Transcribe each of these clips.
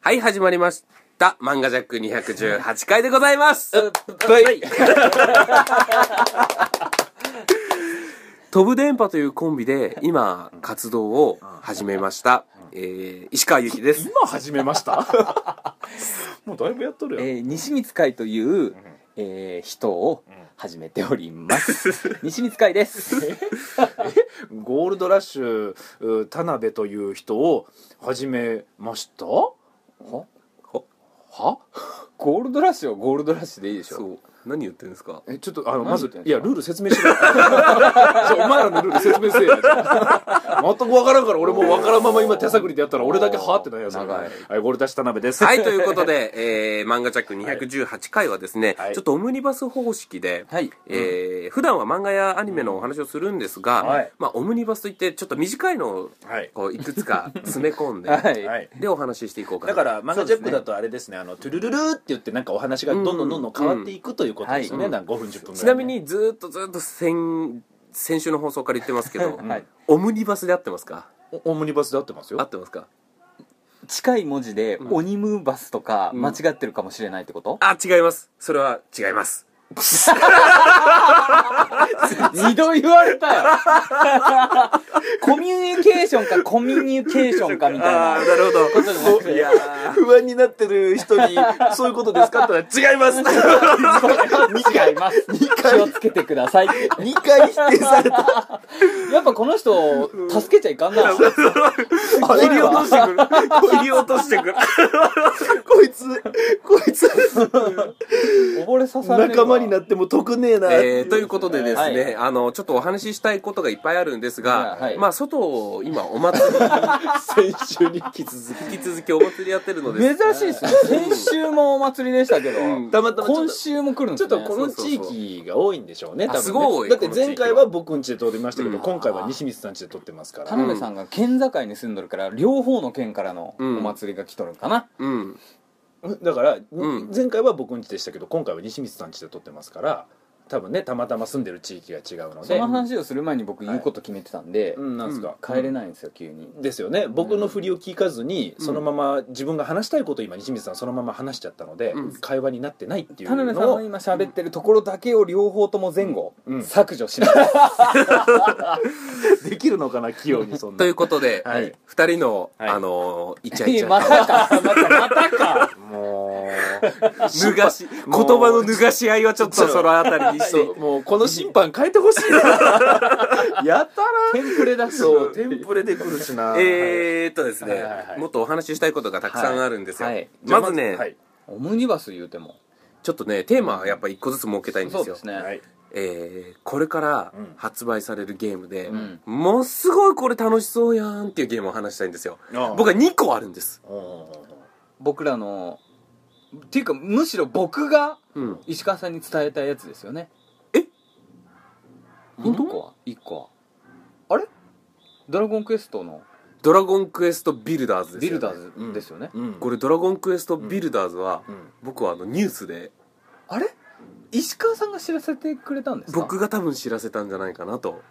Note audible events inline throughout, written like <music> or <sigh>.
はい、始まりました。漫画ジャック218回でございます。はい。 <laughs> 飛ぶ電波というコンビで今、活動を始めました。えー、石川ゆきです。今始めました <laughs> もうだいぶやっとるえやん、ー、西光会という、えー、人を始めております。西光会です。ゴールドラッシュう田辺という人を始めましたははゴールドラッシュはゴールドラッシュでいいでしそょ。う。何言ってるんですかえちょっとあの何まず言ってんいすかやルール説明しろ <laughs> そうお前らのルール説明せえやじゃあ全く分からんから俺も分からんまま今手探りでやったら俺だけはーってないやつ長いはいゴールドラッシュ田辺ですはい、ということで、えー、漫画ジャック218回はですね、はいちょっとオムニバス方式で、はいえー普段は漫画やアニメのお話をするんですが、はいまあ、オムニバスといって、ちょっと短いのを、はいこう、いくつか詰め込んで、はい。はいで、お話ししていこうかなだとから漫画ジャックだとあれですねあのトゥルルルーって言ってなんかお話がどんどんどんどん変わっていくということですよね、うんなんか5分10分ぐらいね <laughs> ちなみにずーっとずーっと先先週の放送から言ってますけど、はいオムニバスで合ってますかおオムニバスで合ってますよ合ってますか近い文字で、んオニムーバスとか間違ってるかもしれないってこと、あ違いますそれは違います二度言われたよコミュニケーションかコミュニケーションかみたいあなあなるほどことじゃなくていや不安になってる人に「そういうことですか?」って言ったら「違います!」違います気をつけてくださいって2回否定されたやっぱこの人助けちゃいかんな <laughs> 切り落としてくる切り落としてくるこいつ <laughs> こいつ溺れさされる仲間になっっても得ねえな、えーということでですね、はいあのちょっとお話ししたいことがいっぱいあるんですが、はいまあ外を今お祭り先週に引き続引き続きお祭りやってるので珍しいですね先週もお祭りでしたけど、きたまたまちょっ今と週も来るんでちょすっねとこの地域が多いんでしょうね多分ねあすごいだって前回は僕ん家で撮りましたけど、うん今回は西光さん家で撮ってますか田ら辺さんが県境に住んどるから両方の県からのおうん祭りが来とるんかな、うんだから、うん前回は僕ん家でしたけど今回は西光さん家で撮ってますから多分ねたまたま住んでる地域が違うのそでの話をする前に僕言うこと決めてたんで、うんなんすか、帰れないんですよ急に、ですよね僕の振りを聞かずに、うんそのまま自分が話したいことを今西水さんそのまま話しちゃったので、うん会話になってないっていう田辺さんののを今喋ってるところだけを両方とも前後、うん削除しない、できるのかな器用にそんなということで、は二い人の、はいあのイチャイチャまたかまたまたかも <laughs> 脱がし言葉の脱がし合いはちょっとそのあたりにうしてそうもうこの審判変えてほしいなやたらテンプレだしそうテンプレでくるしなえーっとですね、はいはいはいもっとお話ししたいことがたくさんあるんですよ。はいはいじゃあまずね、はいオムニバス言うてもちょっとね、テーマはやっぱ一個ずつ設けたいんでそうすでよ。すね、はいえー、これからうん発売されるゲームで、うんものすごいこれ楽しそうやんっていうゲームを話したいんですよ。僕は2個あるんです。僕らのっていうかむしろ僕がうん。石川さんに伝えたいやつですよねえ本当は1個はあれドラゴンクエストのドラゴンクエストビルダーズですビよ、ね。ルダーズですよねうんこれれドラゴンクエストビルダーズは、うん僕はあのニュースで、あれ石川さんが知らせてくれたんですか僕が多分知らせたんじゃないかなと。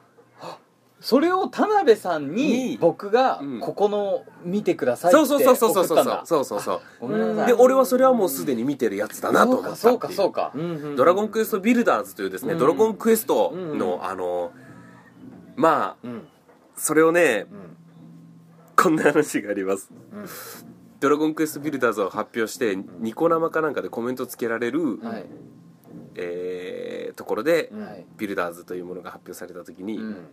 それを田辺さんにに僕がうんここの見てくださいってそう送そうっそうそうそうそたんうだ。そうそうそう。ごめんなさでい俺はそれはもうすでに見てるやつだなとそう思っかたっていそうかそうかドラゴンクエストビルダーズというですね、うんドラゴンクエストの、うんあのまあうんそれをねうんこんな話がありますうんドラゴンクエストビルダーズを発表してニコ生かなんかでコメントつけられる、はいえーところで、うんはいビルダーズというものが発表された時に、ううんん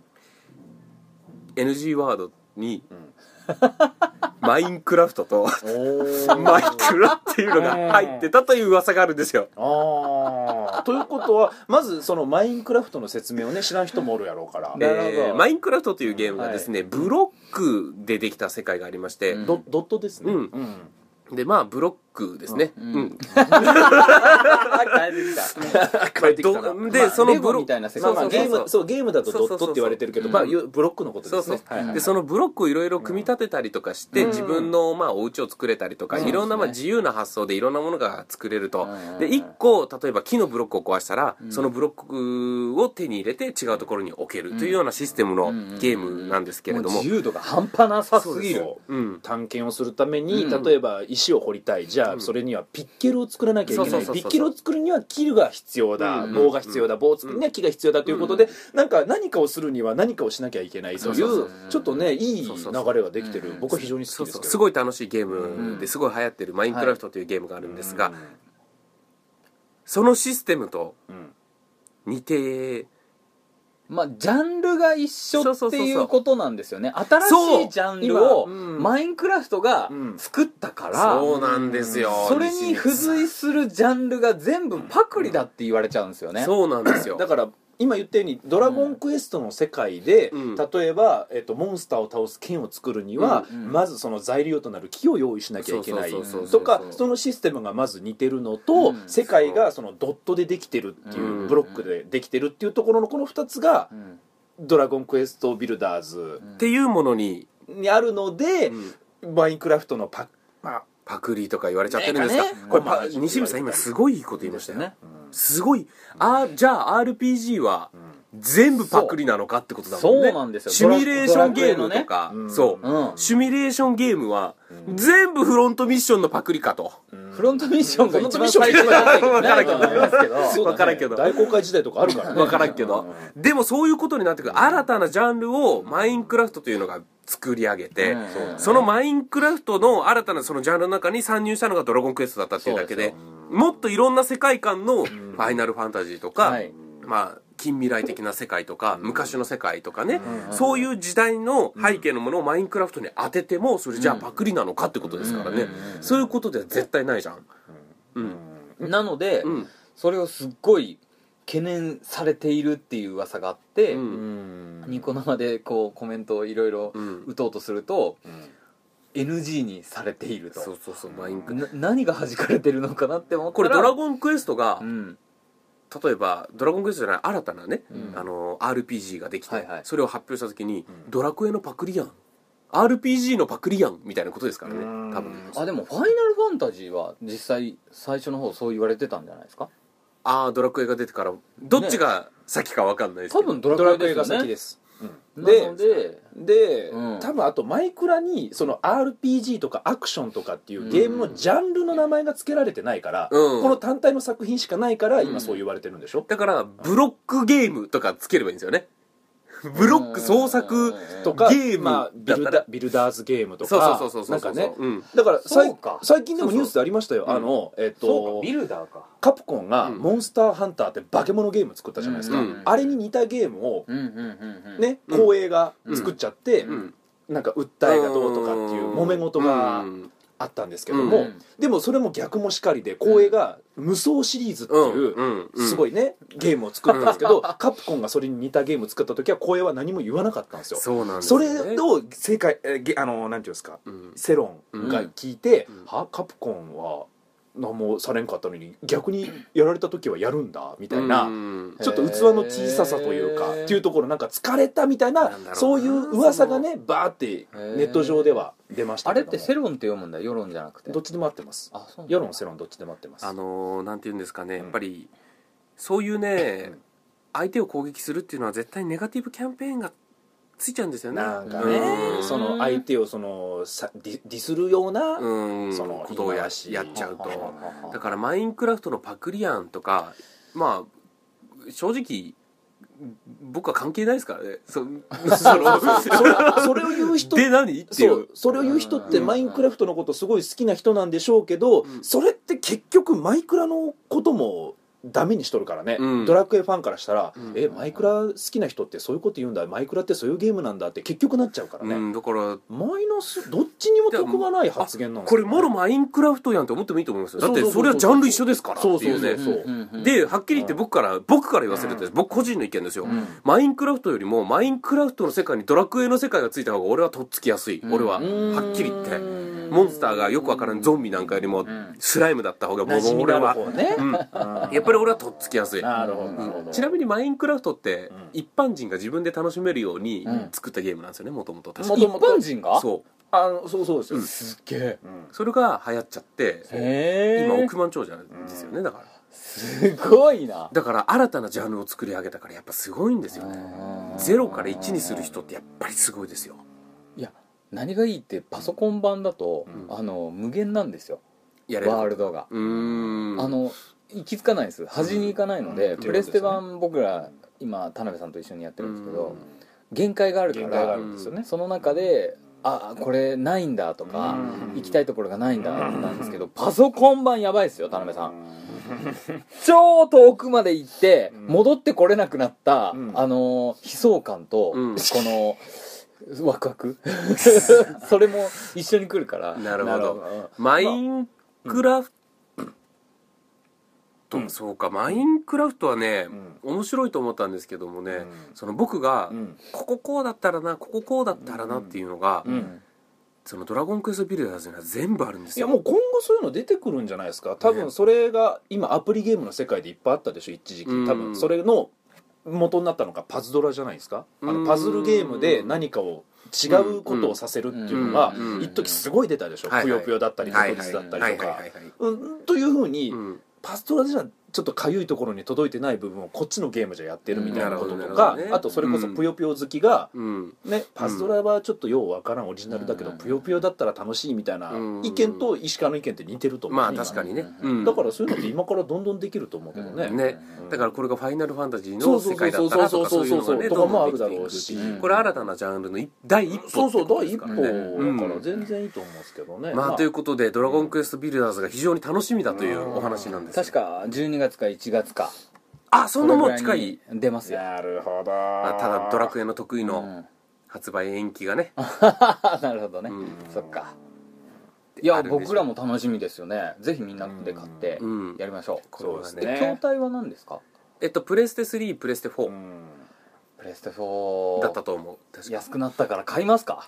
NG ワードにうん「マインクラフト」と <laughs> お「ーマイクラ」っていうのが入ってたという噂があるんですよああ。ということは、まずそのマインクラフトの説明をね、知らん人もおるやろうから。なるほどえーマインクラフトというゲームがですね、ブロックでできた世界がありまして、うんドドットですね。うんん。でまあブロックですね。うん。帰ってきた。帰ってきたなどまあで、そのレゴブロみたいな世界そうまそあうゲそうそうームそうゲームだとドットって言われてるけどまあゆブロックのことそでうすそねう、はいはいでそのブロックをいろいろ組み立てたりとかして、自分のまあお家を作れたりとか、うんいろんなそまあうです自由な発想でいろんなものが作れると、うんで1個例えば木のブロックを壊したら、そのブロックを手に入れて違うところに置けるというようなシステムのゲームなんですけれどももう自由度が半端半端なさすぎるそううん探検をするためうに、ん例えば石を掘りたいじゃあそれにはピッケルを作らなきゃいけない、そうそうそうそうピッケルを作るには木が必要だ、うん棒が必要だ棒を作るには木が必要だということで、なんか何かをするには何かをしなきゃいけないとそいううそうそうちょっとねいい流そうそうそれができてる、うん僕は非常に好そうきですそうけどすごい楽しいゲームうでんすごい流行ってる「マインクラフト」というゲームがあるんですが、そのシステムとうん似てまあ、ジャンルが一緒そうそうってそうそういうことなんですよねそ新しいうジャンルを今うんマインクラフトがうん作ったから、そうなんですよそれに付随するジャンルが全部パクリだって言われちゃうんですよね、そうなんですよだから今言ったように「ドラゴンクエスト」の世界で、うん例えば、えっと、モンスターを倒す剣を作るには、うんうんまずその材料となる木を用意しなきゃいけないそうそうそうそとうかそのシステムがまず似てるのと、うん世界がそのドットでできてるっていう、うんブロックでできてるっていうところのこの2つがうん「ドラゴンクエストビルダーズっていうものに、」にあるので、マインクラフトのパッまあパクリとか言われちゃってるんですが、ねえかねこれ、まあパ西村さん今すごいいいこと言いましたよねすごいあじゃあ RPG は全部パクリなのかってことだもんねそうなんですよシミュレーションゲームとドラか、クエのねそう、うんシミュレーションゲームはうん全部フロントミッションのパクリかと、フロントミッションが一番フロント最ミッ初ションじゃないわからんけどですけどそうだねわからんけど大公開時代とかある <laughs> からねわからんけど、でもそういうことになってくる新たなジャンルをマインクラフトというのが作り上げて、うんそうだねそのマインクラフトの新たなそのジャンルの中に参入したのが「ドラゴンクエスト」だったっていうだけでそうでもっといろんな世界観の「ファイナルファンタジー」とか、はいまあ近未来的な世界とか、昔の世界とかね、そういう時代の背景のものをマインクラフトに当ててもそれじゃあパクリなのかってことですからね、そういうことでは絶対ないじゃん。なので、うんそれをすっごい懸念されているっていう噂があって、ううんんニコ生でこうコメントをいろいろうん打とうとすると、NG にされているとそうそうそうマインクな何が弾かれてるのかなって思ったらこれ「ドラン、ゴンクエスト」がうん、例えば「ドラゴンクエスト」じゃない新たなね、うんあの RPG ができて、はいはいそれを発表した時に「うんドラクエのパクリやん」「RPG のパクリやん」みたいなことですからねうん多分あでも「ファイナルファンタジー」は実際最初の方そう言われてたんじゃないですかああドラクエが出てからどっちが先か分かんないです多けど、分ドドララククエエでがすよ先でねすなのでで、うん多分あとマイクラにその RPG とかアクションとかっていうゲームのジャンルの名前が付けられてないから、うんこの単体の作品しかないからう今んそう言われてるんでしょ、だからブロックゲームとかつければいいんですよねブロック創作とかゲームまあ、ビルだったダらビルダーズゲームとそうかそうそうそなうんそかうねうんだからさいそうか最近でもニュースでありましたよあの、えっとルダーかカプコンが「うんモンスターハンター」って化け物ゲーム作ったじゃないですか、うんうんあれに似たゲームを、うんうんうんうんねうん光栄が作っちゃって、うんなんか訴えがどうとかっていう揉め事がうんあったんですけども、うんでもそれも逆もしかりで光栄が「無双シリーズ」ってうんいう、うんうんすごいねゲームを作ったんですけ <laughs> ど、カプコンがそれに似たゲームを作った時は光栄は何も言わなかったんですよ。そうなんですそよねれを世界えーげあのなんていうんですかうん世論が聞いてうん「はカプコンは何もされんかったのに逆にやられた時はやるんだ」みたいな。うんちょっと器の小ささというかへーっていうところなんか疲れたみたいななんだろうなそういう噂がねバーってネット上では出ましたあけれどっもて世論って読むんだ世論じゃなくてどっちでも合ってますあそう世論世論どっちでも合ってますあのーなんて言うんですかね、うんやっぱりそういうね、うん相手を攻撃するっていうのは絶対ネガティブキャンペーンがついちゃうんですよねなんかうねんその相手をそのさディディスるような、うんそのことをや言い回しやっちゃうははとははだからマインクラフトのパクリアンとかまあ正直僕は関係ないですからねそ <laughs> そのそれそれを言う人で何っていそううそれを言う人ってうんマインクラフトのことすごい好きな人なんでしょうけど、んそれって結局マイクラのこともダメにしとるからね、うんドラクエファンからしたらう「んえマイクラ好きな人ってそういうこと言うんだマイクラってそういうゲームなんだ」って結局なっちゃうからね、うん、だからマイナスどっちにも得がない発言なんですこれよねもろマインクラフトやんって思ってもいいと思いますよだってそうそうそそうれそうはジャンル一緒ですからっていうねそうそうそうそうではっきり言って僕から僕から言わせると僕個人の意見ですよ、マインクラフトよりもマインクラフトの世界にドラクエの世界がついた方が俺はとっつきやすい、うん俺はうーんはっきり言ってうモンスターがよくわからんゾンビなんかよりもんスライムだった方が馴染み俺のあはる方ねうんやっぱり俺はとっつきやすいなるほどなるほどちなみにマインクラフトってん一般人が自分で楽しめるようにうん作ったゲームなんですよねもともと確一か元々般人がそうあのそうそうですよ、すっげえうんそれが流行っちゃってへ今え億万長者ですよねだからすごいなだから新たなジャンルを作り上げたからやっぱすごいんですよねゼロから1にする人ってやっぱりすごいですよいや何がいいってパソコン版だと、うんあの無限なんですよやれるワールドが、うーんあの行き着かないです端に行かないので、うんプレステ版僕ら今田辺さんと一緒にやってるんですけど、うん限界があるか限界がらあるんですよね、その中であこれないんだとか、うん行きたいところがないんだなんですけど、パソコン版やばいですよ田辺さん、うん超遠くまで行ってうん戻ってこれなくなった、うんあのー悲壮感と、うんこのワクワ <laughs> クそれも一緒に来るからなるほなるどほどマインクラフト、うんそうかマインクラフトはね、ん面白いと思ったんですけどもね、うんその僕が、うんこここうだったらなこここうだったらなっていうのが、うんその「ドラゴンクエストビルダーズ」には全部あるんでいすやよもう今後そういうの出てくるんじゃないですか多分それが今アプリゲームの世界でいっぱいあったでしょ一時期うん多分それの元になったのがパズドラじゃないですかあうんのパズルゲームで何かを違うことをさせるっていうのがうんうん一時すごい出たでしょはいはいぷよぷよだったりはい特はい立だったりとかはいはいはいうんというふうにうんパズドラじゃちょっとかゆいところに届いてない部分をこっちのゲームじゃやってるみたいなことうんなとるほどなかるほどねあとそれこそぷよぷよ好きがうんね、パズドラはちょっとようわからんオリジナルだけど、うんぷよぷよだったら楽しいみたいなうん意見と石川の意見って似てると思う、まあ確かにね、ううんだからそういうのって今からどんどんできると思うけどね、らねうんだからこれが「ファイナルファンタジー」そのうそ世うそ界うだそっうたらそとうかそそううそいううのがねとどかんもどあんるだろでうきてし、いくんこれ新たなジャンルのい第一歩ってそうそうこと第で一すから歩ねだうんから全然いいと思うんですけどね、まあということで「ドラゴンクエストビルダーズ」が非常に楽しみだというお話なんですよ確か12月か1月かあそんなもん近これいぐらに出ますよなるほどあただドラクエの得意うのん <laughs> 発売延期がね、なるほどね、うんそっかいやあるんでしょ僕らも楽しみですよねぜひみんなで買ってうんやりましょこれはそうねですう、ね筐体は何ですかえっとプレステ3プレステう4んプレステ4だったと思う確か、安くなったから買いますか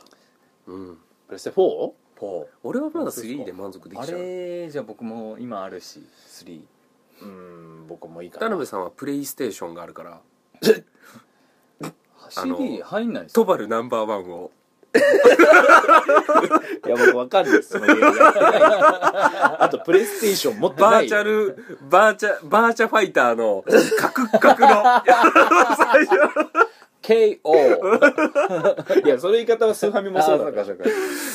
うん、プレステ 4? 4俺はまだ3で満足できあちゃうれじゃあ僕も今あるし3うん僕もいいか田な辺さんはプレイステーションがあるからあの CD 入んないですトバルナンバーワンをいや僕わかんないですその <laughs> ゲームやってないあとプレイステーション持ってなバーいチャルバーチャバーチャファイターのカクッカクの最初 <laughs> KO いやその言い方はスーファミもそうだからあそうかそ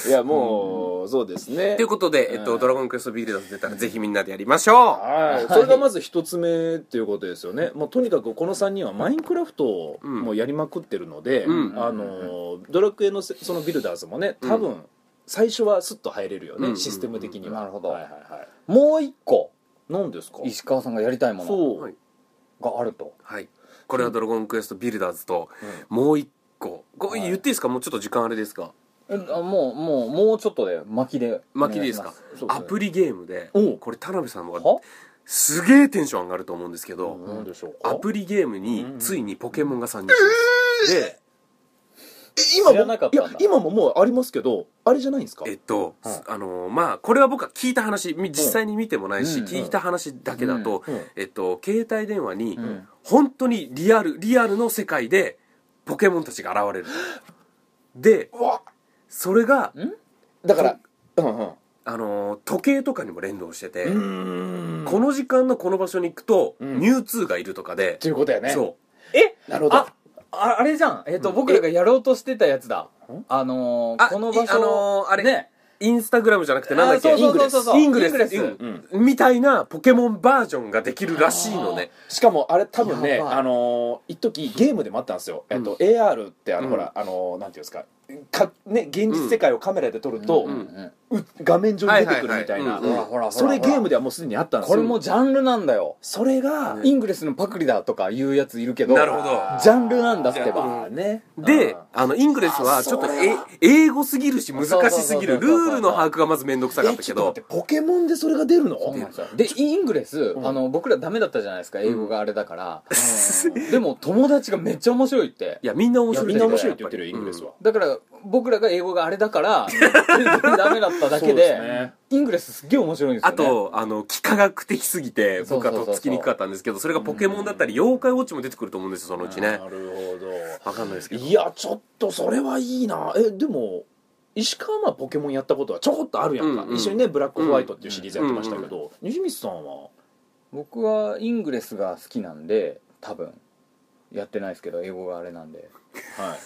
ういやもう、そうですね <laughs> ということで、えっと、ドラゴンクエストビルダーズ出たらぜひみんなでやりましょうはい、それがまず一つ目っていうことですよね、もうとにかくこの3人はマインクラフトをうんもうやりまくってるので、うんあのドラクエのせそのビルダーズもね多分最初はスッと入れるよね、うんシステム的には、なるほどはいはいはいもう一個何ですか石川さんがやりたいものそう、はいがあるとはいこれはドラゴンクエストビルダーズとうもう一個これはい言っていいですかもうちょっと時間あれですかえあもうもうもうちょっとで巻きで巻きでいいですかそうですアねプリゲームでおうこれ田辺さんははすげえテンション上がると思うんですけど、ん、何でしょうかアプリゲームにうんついにポケモンが参入します、でえ今知らなかもっいたんだや今ももうありますけどあれじゃないんですかえっと、はいすあのーまあこれは僕は聞いた話み実際に見てもないし、うん聞いた話だけだと、うんうんえっと、携帯電話にうん本当にリアルリアルの世界でポケモンたちが現れるでうわそれがだからうんうんあのー時計とかにも連動してて、うんこの時間のこの場所に行くと、うんミュウツーがいるとかでと、いうことやねそうえなるほどあああれじゃんえっと僕らがやろうとしてたやつだんあのあーこの場いあ所のーあれねインスタグラムじゃなくてなんだっけあーそうそうそうそうイングレスイングレスイングレスみたいなポケモンバージョンができるらしいのねしかもあれ多分ねやばいあのー一時ゲームでもあったんですよ、えっと AR ってあの、ほらあのーなんていうんですかかね現実世界をカメラで撮ると、うんうんう画面上に出てくるみたいはな、ほいはいらほらほらそれゲームでではもうすでにあったんですこよれもジャンルなんだよそれが、イングレスのパクリだとかいうやついるけどなるほどジャンルなんだってやっばぱねであのイングレスはあちょっとそうえや英語すぎるし難しすぎるそうそうそうそうルールの把握がまず面倒くさかったけどえちょっと待ってポケモンでそれが出るのそうなんですよでイングレス、んあの僕らダメだったじゃないですか英語があれだから、 <laughs> でも友達がめっちゃ面白いっていやみんな面いや白いみんな面白いって言ってるよイングレスは、だから僕らが英語があれだから <laughs> 全然ダメだっただけそうでですねイングレスすっげえ面白いんですよ、あね、と、あの、幾何学的すぎて、そう僕そうそうそはうとっつきにくかったんですけど、それがポケモンだったり、妖怪ウォッチも出てくると思うんですよ、そのうちねな。るほどわかんないですけど。いやちょっとそれはいいなえでも石川はポケモンやったことはちょこっとあるやんか、うんうん一緒にねブラックホワイトっていうシリーズやってましたけど、西光さんは僕はイングレスが好きなんで多分やってないですけど英語があれなんではい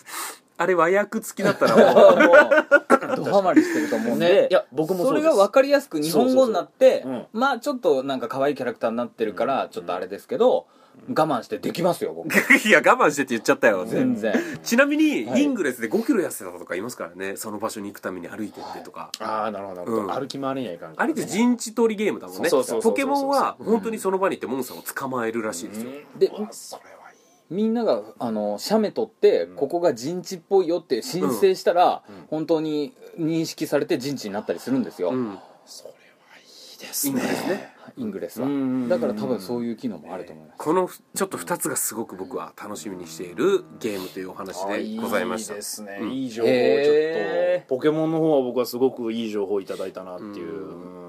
あれ和訳付きだったもらもう、 <laughs> うドハマりしてると思うんで、ねいや僕もそうですれが分かりやすく日本語になってそうそうそうまあちょっとなんか可愛いキャラクターになってるからちょっとあれですけど、我慢してできますよ僕いや、我慢してって言っちゃったよ、全然ちなみに、はいイングレスで5キロ痩せたとかいますからね、その場所に行くために歩いてってとか。ああなるほどなるほど、うん歩き回れにはいかんかあれらって陣地取りゲームだもんねそうそうそうそうそうポケモンは本当にその場に行ってモンスターを捕まえるらしいですよ、うんでうわそれはいいみんながあの写メ取ってここが陣地っぽいよって申請したら、本当に認識されて陣地になったりするんですよ、うんそれはいいですイングレスねねイングレスうんうんうはんだから多分そういう機能もあると思いますこのふちょっと2つがすごく僕は楽しみにしているゲームというお話でございましたあいいですね、うんいい情報をちょっと、へーポケモンの方は僕はすごくいい情報をいただいたなっていう、うん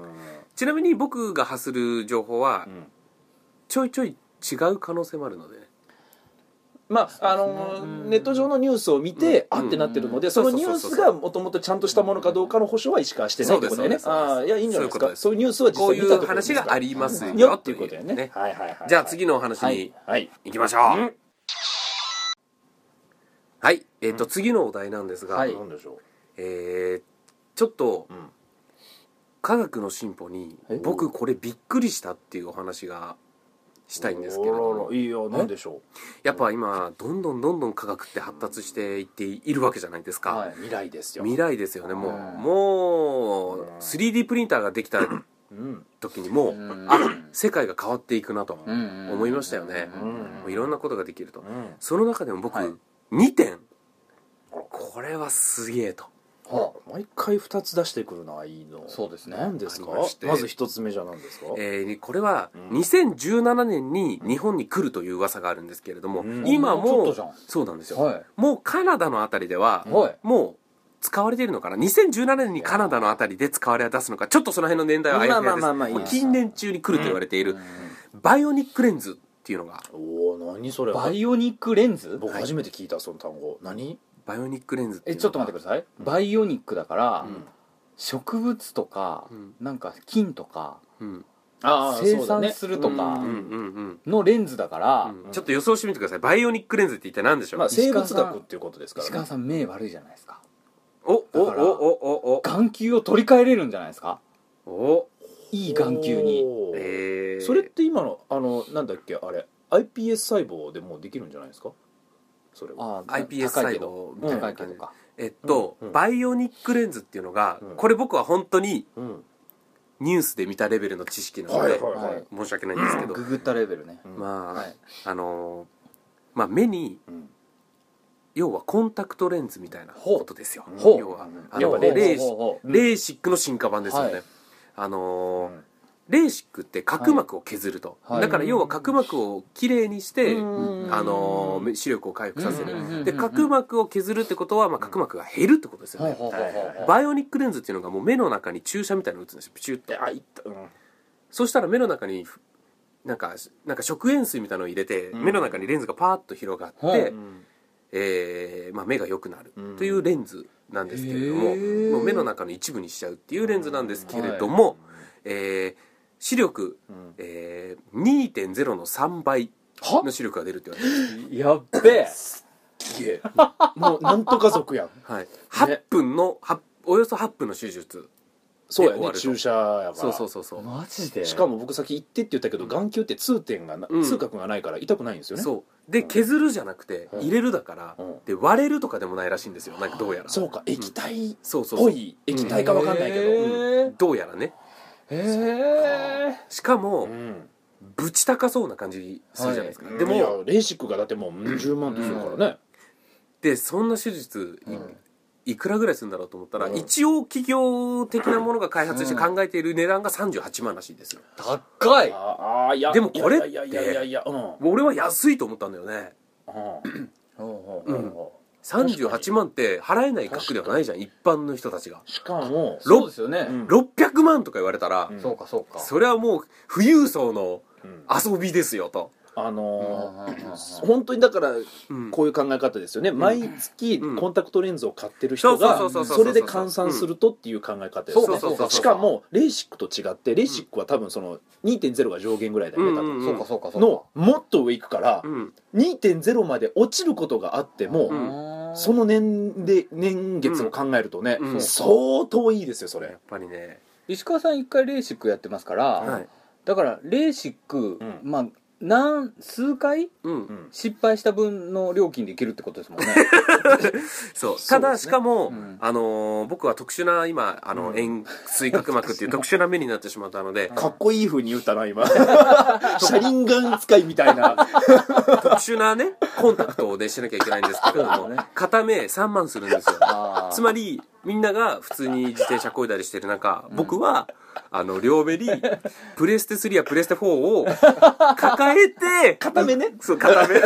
ちなみに僕が発する情報は、うんちょいちょい違う可能性もあるのでねまああのネット上のニュースを見て、うんあってなってるのうでんそのニュースそうそうそうそがもともとちゃんとしたものかどうかの保証は石川してないってことだよねそうですそうですああいやいいんじゃないでそういうこすとでかすそういうニュースは実こう際い見うたってことで話すからがありますよ,、よっていうことだよねはいはいはいじゃあ次のお話はにいはい行きましょうはい、えっ、と、次のお題なんですが、はい何でしょえーちょっと、うん科学の進歩にえ僕これびっくりしたっていうお話がしうたいんですけれどあもららいいよ何でしょやっぱ今どんどんどんどん科学って発達していっているわけじゃないですか、はう未来ですよ未来ですよねもう、うんもううん 3D プリンターができたうん時にもう、うんあ世界が変わっていくなとうん思いましたよね、うんもういろんなことができると、うんその中でも僕、はい2点これはすげえとあら毎回二つ出してくるないいのそうですね何ですかありましてまず一つ目じゃ何ですかえーこれはうん2017年に日本に来るという噂があるんですけれども、うんち今ょっもとじゃんそうなんですよ、はいもうカナダのあたりでは、はいもう使われているのかな2017年にカナダのあたりで使われ出すのかちょっとその辺の年代はあやふやですまあまあまあまあいいもうです近年中に来ると言われている、うんバイオニックレンズっていうのがおお何それバイオニックレンズ僕初めて聞いたその単語何バイオニックレンズっていえうのがちょっと待ってくださいバイオニックだから、うん植物とか、うんなんか菌とかうんあー生そうだね産するとかうんうんのレンズだから、うんうんちょっと予想してみてくださいバイオニックレンズって一体何でしょう、まあ、生物学っていうことですから石川さん目悪いじゃないですかおおだおからお眼球を取り替えれるんじゃないですかおおいい眼球におーえー、それって今のあのなんだっけあれ iPS 細胞でもうできるんじゃないですかそれはあー iPS 高細いけど胞みたい高ないけ感じどかえっと、うんうんバイオニックレンズっていうのが、うんこれ僕は本当にうんニュースで見たレベルの知識なので、はいはいはい、はい申し訳ないんですけど、ググったレベルね、うんまあ、はいあのーまあ目にうん要はコンタクトレンズみたいなほうことですよほう要はあやっのぱレレレレーーシスうんレーシックの進化版ですよね、はいあのーうんレーシックって角膜を削ると、はいだから要は角膜をきれいにして、うんあのー視力を回復させる、うんうんうんうんで角膜を削るってことは、まあ、角膜が減るってことですよね、はいはいはいはいはいバイオニックレンズっていうのがもう目の中に注射みたいなの打つんですよピチュッとであいったうんそしたら目の中にふなんかなんか食塩水みたいなのを入れて、うん目の中にレンズがパーッと広がって、はいえーまあ、目が良くなるうんというレンズなんですけれども,、へーもう目の中の一部にしちゃうっていうレンズなんですけれども、えー視力、うんえー、2.0の3倍はの視力が出るって言われてますやっべえすげえもうなんとか族やんはい、8分の、はおよそ8分の手術そうや終わねると注射やからそうそうそうそう、マジでしかも僕先行ってって言ったけど眼球って痛点がな、うん痛覚がないから痛くないんですよねそうで削るじゃなくてうん入れるだから、うんで割れるとかでもないらしいんですよなんかどうやらそうか液体っそうそうそぽうい液体かわかんないけど、へーどうやらねへえしかも、うんぶち高そうな感じするじゃないですか、はででももレーシックがだってもう10万とするからね、でそんな手術い,、くらぐらいするんだろうと思ったら、一応企業的なものが開発して考えている値段が38万らしいんですよ、高いああいやでもこれいやいやいやいやいやうんうん俺は安いと思ったんだよねうんうんうん38万って払えない額ではないじゃん一般の人たちがしかもそうですよね、うん600万とか言われたら、うんそうかそうかそれはもう富裕層のうん遊びですよと、あうんのうんうんー本当にだからうんこういう考え方ですよね毎月うんコンタクトレンズを買ってる人そうがそうそうそうそそうれで換算するとっていう考え方ですそうよかねそうかしかもレーシックと違ってレーシックは多分その2.0が上限ぐらいだよね多分そうかそうかそうかのもっと上行くからうん2.0まで落ちることがあってうもんその年で年月を考えるとねうん相当いいですよそやれっぱりね、石川さん一回レーシックやってますから、はいだからレーシック、うんまあ何数回うんう、ん失敗した分の料金でいけるってことですもん <laughs> ねそうそたうだですしねかも、うんあのー僕は特殊な今あの、うん円錐角膜っていう特殊な目になってしまったのでかっこいい風に言ったな今車輪ガン使いみたいな特殊なねコンタクトでしなきゃいけないんですけれどそうも、だね片目3万するんですよあーつまりみんなが普通に自転車こいだりしてる中僕は、あの両目にプレステ3やプレステ4を抱えて片目ねそう片目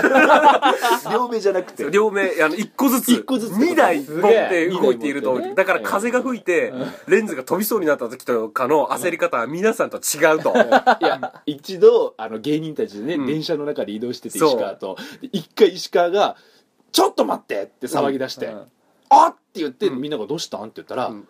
両目じゃなくて両目あの1個ずつ一個ずつ2台す持げえって動いていると二台持ってねだから風が吹いてレンズが飛びそうになった時とかの焦り方は皆さんと違うといや一度あの芸人たちでね、うん電車の中で移動しててそう石川とで一回石川が「ちょっと待って!」って騒ぎ出して「うんあっ!」って言って、うんみんなが「どうしたん?」って言ったら「うん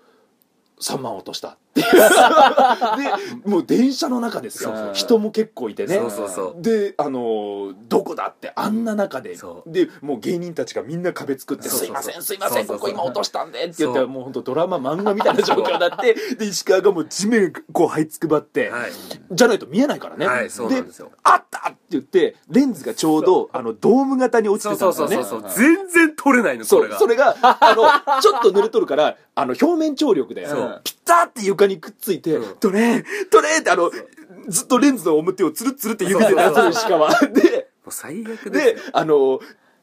3万落とした」っていう <laughs> でもう電車の中ですよそうそう人も結構いてねそうそうそうであのーどこだってあんな中で、そでもう芸人たちがみんな壁作って「そうそうすいそうませんすいませんそうそうそうここ今落としたんで」って言ったらそうもう本当ドラマ漫画みたいな状況に <laughs> なってで石川がもう地面こう這いつくばって、はいじゃないと見えないからね、はいそうなんですよあったって言ってレンズがちょうどあのドーム型に落ちそてうたんそうですそようねそうそう全然取れないのこそれうがそれがあのちょっと濡れとるからあの表面張力でそうピタって床にくっついてうん「ドレーンドレーン!」ってあのずっとレンズの表をつるつるって指で出すそうそう <laughs> のしかは <laughs> でもう最悪ですよであの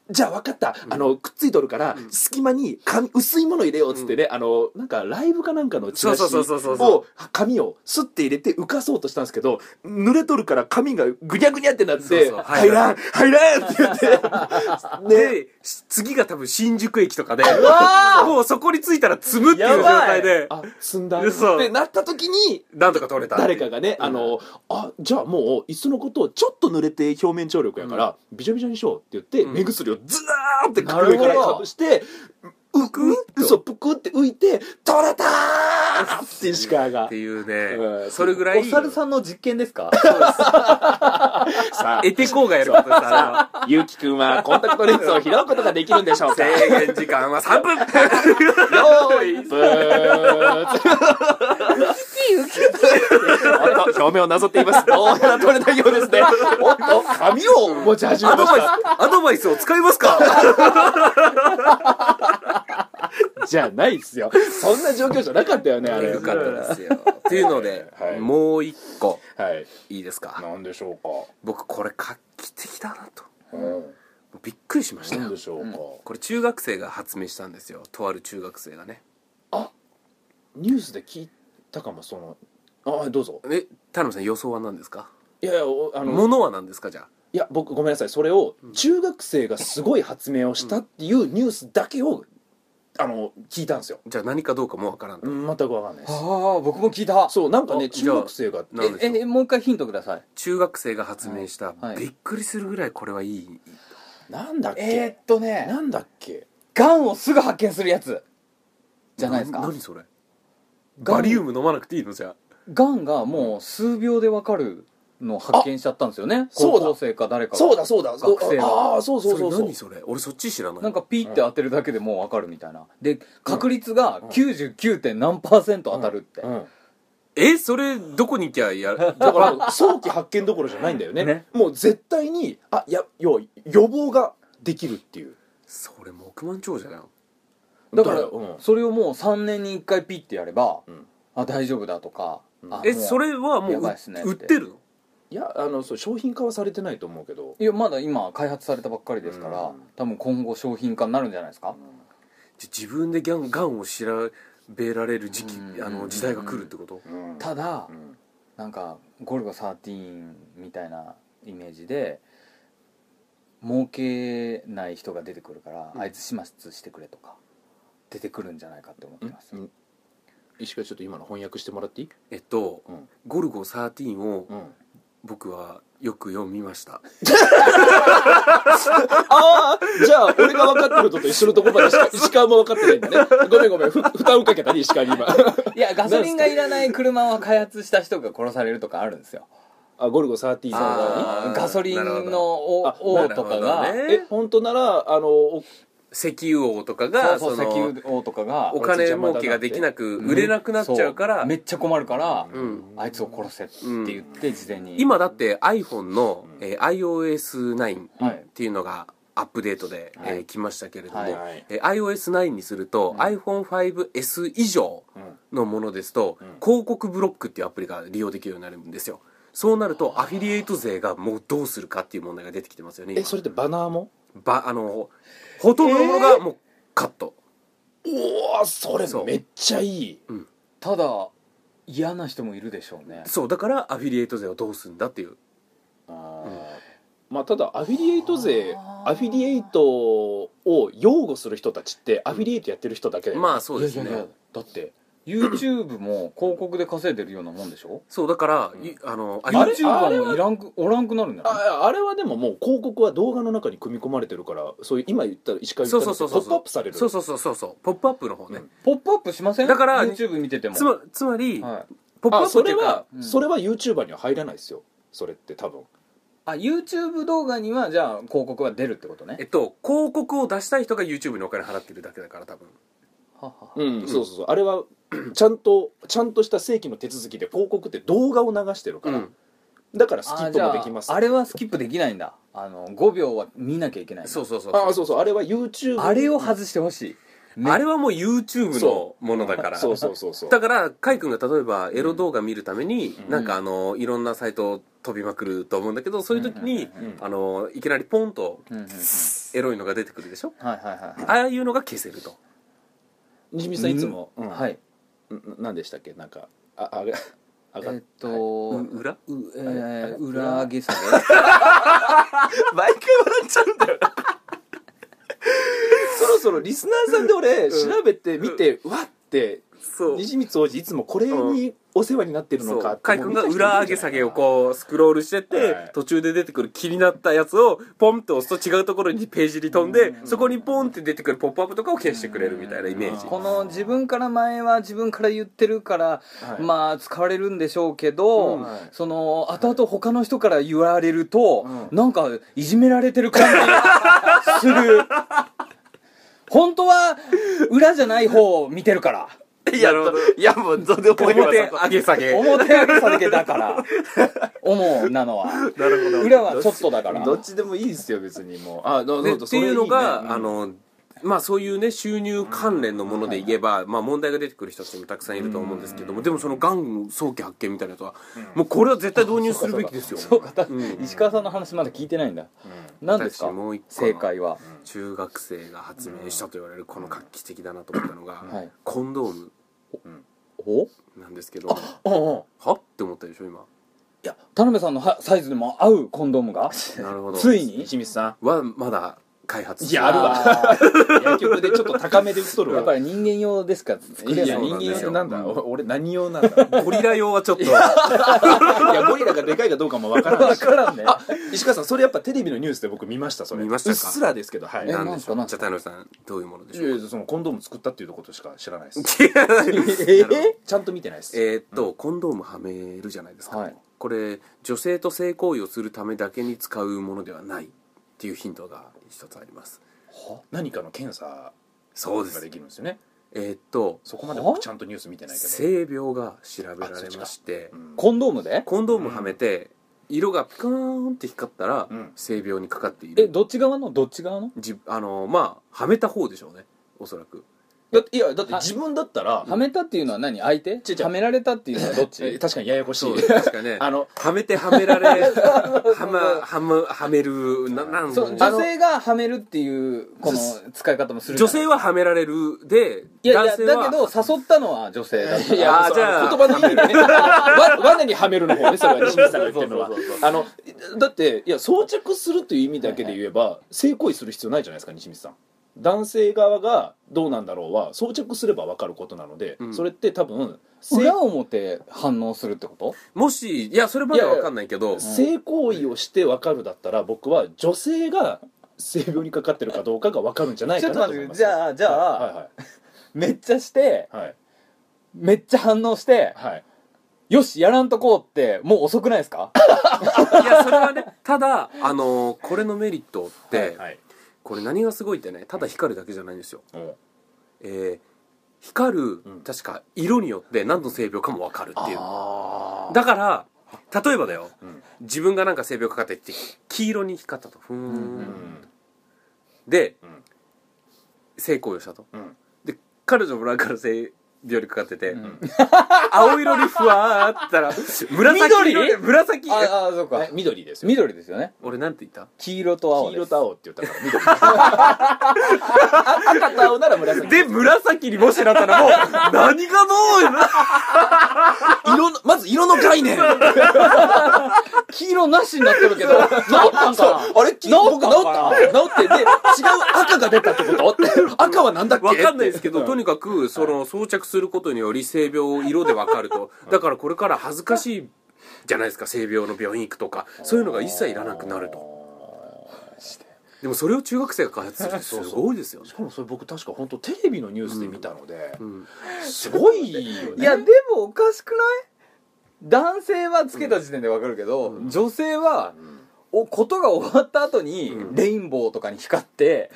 じゃあ分かったあのくっついとるから隙間に紙薄いもの入れようっつってねあのなんかライブかなんかのチラシそうそうそうそうそを紙をスッて入れて浮かそうとしたんですけど濡れとるから紙がぐにゃぐにゃってなっそうてそう「入入ららん入らん!」って言って <laughs> ででし次が多分新宿駅とかでもうそこに着いたら積むっていう状態であ積んだ嘘ってなった時になんとか取れた誰かがね、あの、あ、じゃあもう、いっそのことをちょっと濡れて表面張力やから、びちゃびちゃにしようって言って、ん目薬をズーって上からかぶして、うく嘘、ぷくって浮いて、取れたーって石川がって。いうね、うんそれぐらいお猿さんの実験ですか <laughs> さあ、得てこうがやることですあゆうきくんはコンタクトレンズを拾うことができるんでしょう <laughs> かれは制限時間は3分よーい、ブーツ。おっと、表面をなぞってい <laughs> ます。どうやら取れないようです <laughs> ね。おっと、紙を持ち始めアドまバしイスた。 <laughs> アドバイスを使いますかじゃないっすよ。そんな状況じゃなかったよね、あれ。よかったですよっていうので、はいもう一個はい。いいですかなんでしょう僕これ画期的だなとか。うん。びっくりしましたなんよでしょうか。これ中学生が発明したんですよとある中学生がねニュースで聞いたかも、その。あ、どうぞ。え田辺さん予想は何ですかいやいや、おあの、ものは何ですかじゃあいや、僕、ごめんなさい。それを、中学生がすごい発明をしたっていうニュースだけを、あの、聞いたんですよ。じゃあ何かどうかもわからんとうん全くわかんないです。ああ僕も聞いたそう、なんかあね、じ中ゃあ学生が、なんでしょうええもう一回ヒントください中学生が発明した、はいびっくりするぐらいこれはいいなんだっえー、っけ、となねんだっけがんをすぐ発見するやつじゃないですか何それバリウム飲まなくていいのじゃあがんがもう数秒でわかるのを発見しちゃったんですよねそう高だ校生か誰かがそうだそうだそう学生はああーそうそうそうれそう何それ俺そっち知らないなんかピーって当てるだけでもうわかるみたいなで確率が 99. 点何パーセント当たるって、うんえそれどこに行きゃや <laughs> るだから早期発見どころじゃないんだよねねもう絶対にあやよ予防ができるっていうそれ億万長者だよだから、うんそれをもう3年に1回ピッてやれば、んあ大丈夫だとか、んあえもうそれはもやうばい売っすね売ってるのいやあのそう商品化はされてないと思うけどいやまだ今開発されたばっかりですから、うん多分今後商品化になるんじゃないですか、じゃ自分でギャンがんを調べられる時期、うんあの時代が来るってこと、うんただ、うんなんか「ゴルゴ13」みたいなイメージで儲けない人が出てくるから、うんあいつ始末してくれとか出てくるんじゃないかって思ってます、うん石川ちょっと今の翻訳してもらっていいえっとう「ゴルゴ13」をんうん僕はよく読みましたあ <laughs> あ、じゃあ、俺が分かってることと一緒のところまで石川 <laughs> 石川も分かってないんだね。ごめんごめん。ふ、蓋をかけたね、石川に <laughs> 今。いやガソリンがいらない車は開発した人が殺されるとかあるんですよあ、ゴルゴ13のあ方ーガソリンなるほのどおあ王とかなるが、ほどに。え、本当なら、あの、お石油王とかそうがそうそ石の油王とかがお金儲けができなく売れなくなっちゃうからそめっちゃ困るから、うんあいつを殺せって言って事前に、今だって iPhone の、うんえー iOS9 はいっていうのがアップデートで、はいえー来ましたけれども、はいはいえー iOS9 にすると、iPhone5S 以上のものですと、うん広告ブロックっていうアプリが利用できるようになるんですよそうなるとアフィリエイト税がもうどうするかっていう問題が出てきてますよねえ、それってバナーもばあのほとんどのものがもうカット、おおそれそうめっちゃいい。ただ嫌な人もいるでしょうねそうだからアフィリエイト税をどうするんだっていうあーまあ、ただアフィリエイト税あーアフィリエイトを擁護する人たちってアフィリエイトやってる人だけだよねまあそうですねいやいやいやだって、 YouTube も広告で稼いでるようなもんでしょそうだから、うんいあのあれ YouTuber もういらんくおらんくなるんじゃないああれはでももう広告は動画の中に組み込まれてるからそういう今言った石川言そっうたそのうってそうポそうップアップされるそうそうそうそうそうポップアップの方ね、うんポップアップしませんだから YouTube 見ててもつまつまり、はい、ポップアあップそっていれうかは、うんそれは YouTuber には入らないですよそれって多分あ YouTube 動画にはじゃあ広告が出るってことねえっと広告を出したい人が YouTube にお金払ってるだけだから多分はははうん、そうそうそうあれは <clears throat> ちゃんとちゃんとした正規の手続きで広告って動画を流してるから、うんだからスキあッじプゃもあできますあれはスキップできないんだあの5秒は見なきゃいけないそうそうそうあそうそうあれは YouTube あれを外してほしい、ねあれはもう YouTube のそものだからそうそうそうそうだからカイ君が例えばエロ動画見るために、うんなんかあのいろんなサイトを飛びまくると思うんだけどそういう時に、うんうんうんあのいきなりポンとうんうんうんエロいのが出てくるでしょはいはいはいはいああいうのが消せると西見さんいつも、うん、はいい何でしたっけなんかああれえ上が <laughs> っと、う裏うえあれー、裏上げ下げ毎回笑っちゃうんだよなそろそろリスナーさんで俺ん調べてみて、わってそう西光王子いつもこれにお世話になってるそのかっうてカイ君が裏上げ下げをこうスクロールしてって、はい途中で出てくる気になったやつをポンと押すと違うところにページに飛んで、そこにポンって出てくるポップアップとかを消してくれるみたいなイメージ、この自分から前は自分から言ってるから、まあ使われるんでしょうけど、うんその後々他の人から言われると、うなんかいじめられてる感じがする <laughs> 本当は裏じゃない方を見てるからいやなるほどいやもうどうでもいいわ表上げ下げ表上げ下げだから主なのはなるほど裏はちょっとだからどっちでもいいですよ別にもうあどうでぞっどうぞていうのがそれいいねあのまあそういうね収入関連のもので言えば、まあ問題が出てくる人たちもたくさんいると思うんですけども、でもそのがん早期発見みたいなやつは、もうこれは絶対導入するべきですよそうかた石川さんの話まだ聞いてないんだ、何ですか私もう一個正解は、中学生が発明したと言われるこの画期的だなと思ったのが、はいコンドームおなんですけどはおおって思ったでしょ今いや田辺さんのはサイズにも合うコンドームがなるほどついに西光 <laughs> さはまだ開発いやある <laughs> わあーん薬局でちょっと高めで売っとるやっぱわり人間用ですか作いれやないそうなん人間ですよ用ってなんだお俺何用なんだゴリラ用はちょっといやゴリラがでかいかどうかもわからない分しからんねあ <laughs> 石川さんそれやっぱテレビのニュースで僕見ましたそれ見ましたかうっすらですけどはいえいなんでしょなんうじすゃあ田辺さんどういうものでしょ <laughs> やういやそのコンドーム作ったっていうことしか知らないです <laughs> なるほどちゃんと見てないですえーっと、コンドームはめるじゃないですか、はいこれ女性と性行為をするためだけに使うものではないっていうヒントが一つあります何かの検査そうでがすできるんですよねえーっとそこまでは僕ちゃんとニュース見てないけど、性病が調べられましてうんコンドームでコンドームはめて色がピカーンって光ったらうん性病にかかっていえる、どっち側のどっち側のじあのまあはめた方でしょうねおそらくだっていやだって自分だったらはめたっていうのは何相手ちょちょはめられたっていうのはどっちえ確かにややこしい <laughs> そうです確かねあのはめてはめられはまはむはめるななんそうあの女性がはめるっていうこの使い方もするじゃ女ん性ははめられるでいやい男や性はだけど誘ったのは女性だからいやあーじゃあそう言葉の意味ねわ罠にはめるの方ねそれはね清水さんが言ってるのはそうそうそうあのだっていや装着するという意味だけで言えば性行為する必要ないじゃないですか西水さん男性側がどうなんだろうは装着すれば分かることなので、んそれって多分性裏表反応するってこともしいやそれまでは分かんないけど性行為をして分かるだったら僕は女性が性病にかかってるかどうかが分かるんじゃないちかょっとなと待思いっまてすじゃあじゃあ、はめっちゃしていはいはいめっちゃ反応してはい、はいよしやらんとこうってもう遅くないですかいやそれはね <laughs> ただあのーこれのメリットって、はいこれ何がすごいってねただ光るだけじゃないんですよ、うんえー光る、ん確か色によって何の性病かも分かるっていうあだから例えばだよ、ん自分がなんか性病かかってって黄色に光ったとふーん、ーで、ん性行為をしたとうんうんで彼女もなんかの性病にかかってて、 <laughs> 青色にふわーってったら <laughs> 紫色で紫ああそうかえ緑ですよ緑ですよね俺なんて言った黄色と青で黄す色と青って言ったから緑赤と青なら紫で紫にもしなった <laughs> らもう何がどうよ <laughs> 色のまず色の概念あ黄色なしになってるけど治ったんかなれ治ったんかな治ってで違う赤が出たってことって <laughs> 赤はなんだっけわかんないですけうど、んとにかく、その、装着することにより性病を色でわかると。だからこれから恥ずかしいじゃないですか、性病の病院行くとか、そういうのが一切いらなくなると。でもそれを中学生が開発するってすごいです <laughs> よねし。かもそれ僕確か本当テレビのニュースで見たので、うんすごいよねいやでもおかしくない男性はつけた時点でわかるけど、女性はおことが終わった後にうんレインボーとかに光って、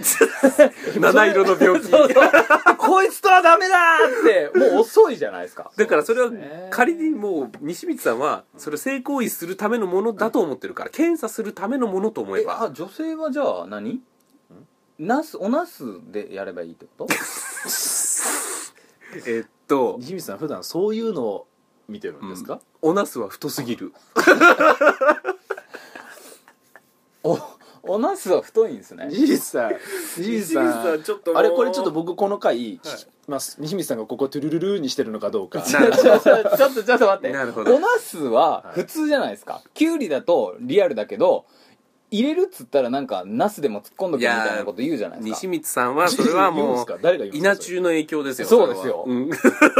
七色の病気。そうそうこいつとはダメだーってもう遅いじゃないですかだからそれは仮にもう西光さんはそれを性行為するためのものだと思ってるから検査するためのものと思ええばあ女性はじゃあ何ナスおナスでやればいいってことえっとジミーさん普段そういうのを見てるんですか、おナスは太すぎるおおナスは太いんですねジミーさんジミーさんちょっとあれこれちょっと僕この回、まあ、西光さんがここトゥルルルーにしてるのかどうかちょちょちょちょっとちょっと待ってなるほどおナスは普通じゃないですか、キュウリだとリアルだけど入れるっつったらなんかナスでも突っ込んどけみたいなこと言うじゃないです西か光さんはそれは言うんでもすかう誰が言うんで稲すか中の影響ですよそうですよそれ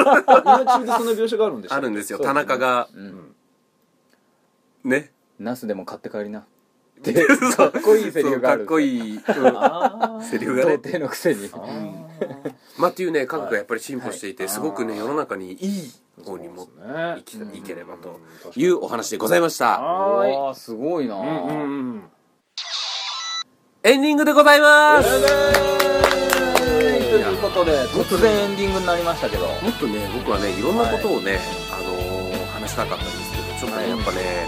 はうん稲中でその描写があるんでしょあるんですよそう田中がんねナスでも買って帰りなって <laughs> かっこいいセリそフうがあかるんですっよこいいうんあセリフが童ね貞のくせにまあっていうね科学がやっぱり進歩していてすごくね世の中にいい方にもーいきいければと確かいにうお話でございましたはーいわあすごいな、うんうんうんエンディングでございますはいということで突然エンディングになりましたけどもっとね僕はねいろんなことをね、あのー話したかったんですけどちょっとねやっぱね、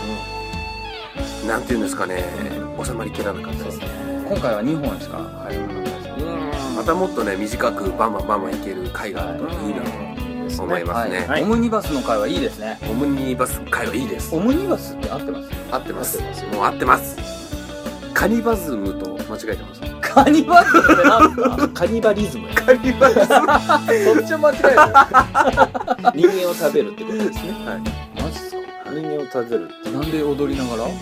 なんていうんですかね収まりきらなかったですね今回は2本しか入らなかったですねまたもっとね短くバンバンバンバンいける回があるといいなと思いますね、はい、オムニバスの回はいいですねオムニバス会はいいですオムニバスって合ってます合ってます合ってますもう合ってますカニバズムと間違えてましたカニバスってなんですかカニバリズムカニバズそムっちを間違えた。人間を食べるってことですねマジっすか。人間を食べるなんで踊りながら？踊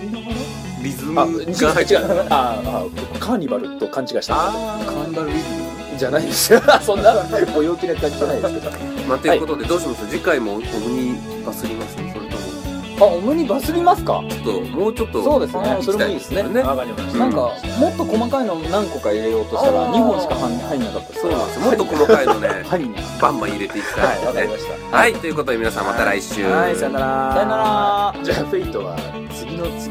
りながらリズムあが違う違う入ってるああカーニバルと勘違いしてたカンダルイズム。じゃないですよ <laughs> そんなお陽気な感じじゃないですけどまあということでどうします次回もオムニバスりますそれともあ、オムニバスりますか？ちょっともうちょっとそうですね行きたそれもいいですねねわかりましたなんかもっと細かいの何個か入れようとしたらあ2ー本しか入ん入んなかったですかそうら。なんですよもっとこの回のねはいね。バンバン入れていきたいではいわすねかりましたはい、ということで皆さんまた来週、はいさよならさよなら。じゃあフェイトは次の次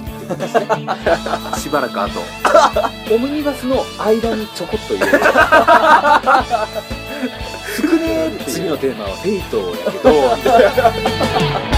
しばらく後オムニバスの間にちょこっと入 <laughs> <laughs> れる。次のテーマはフェイトやけど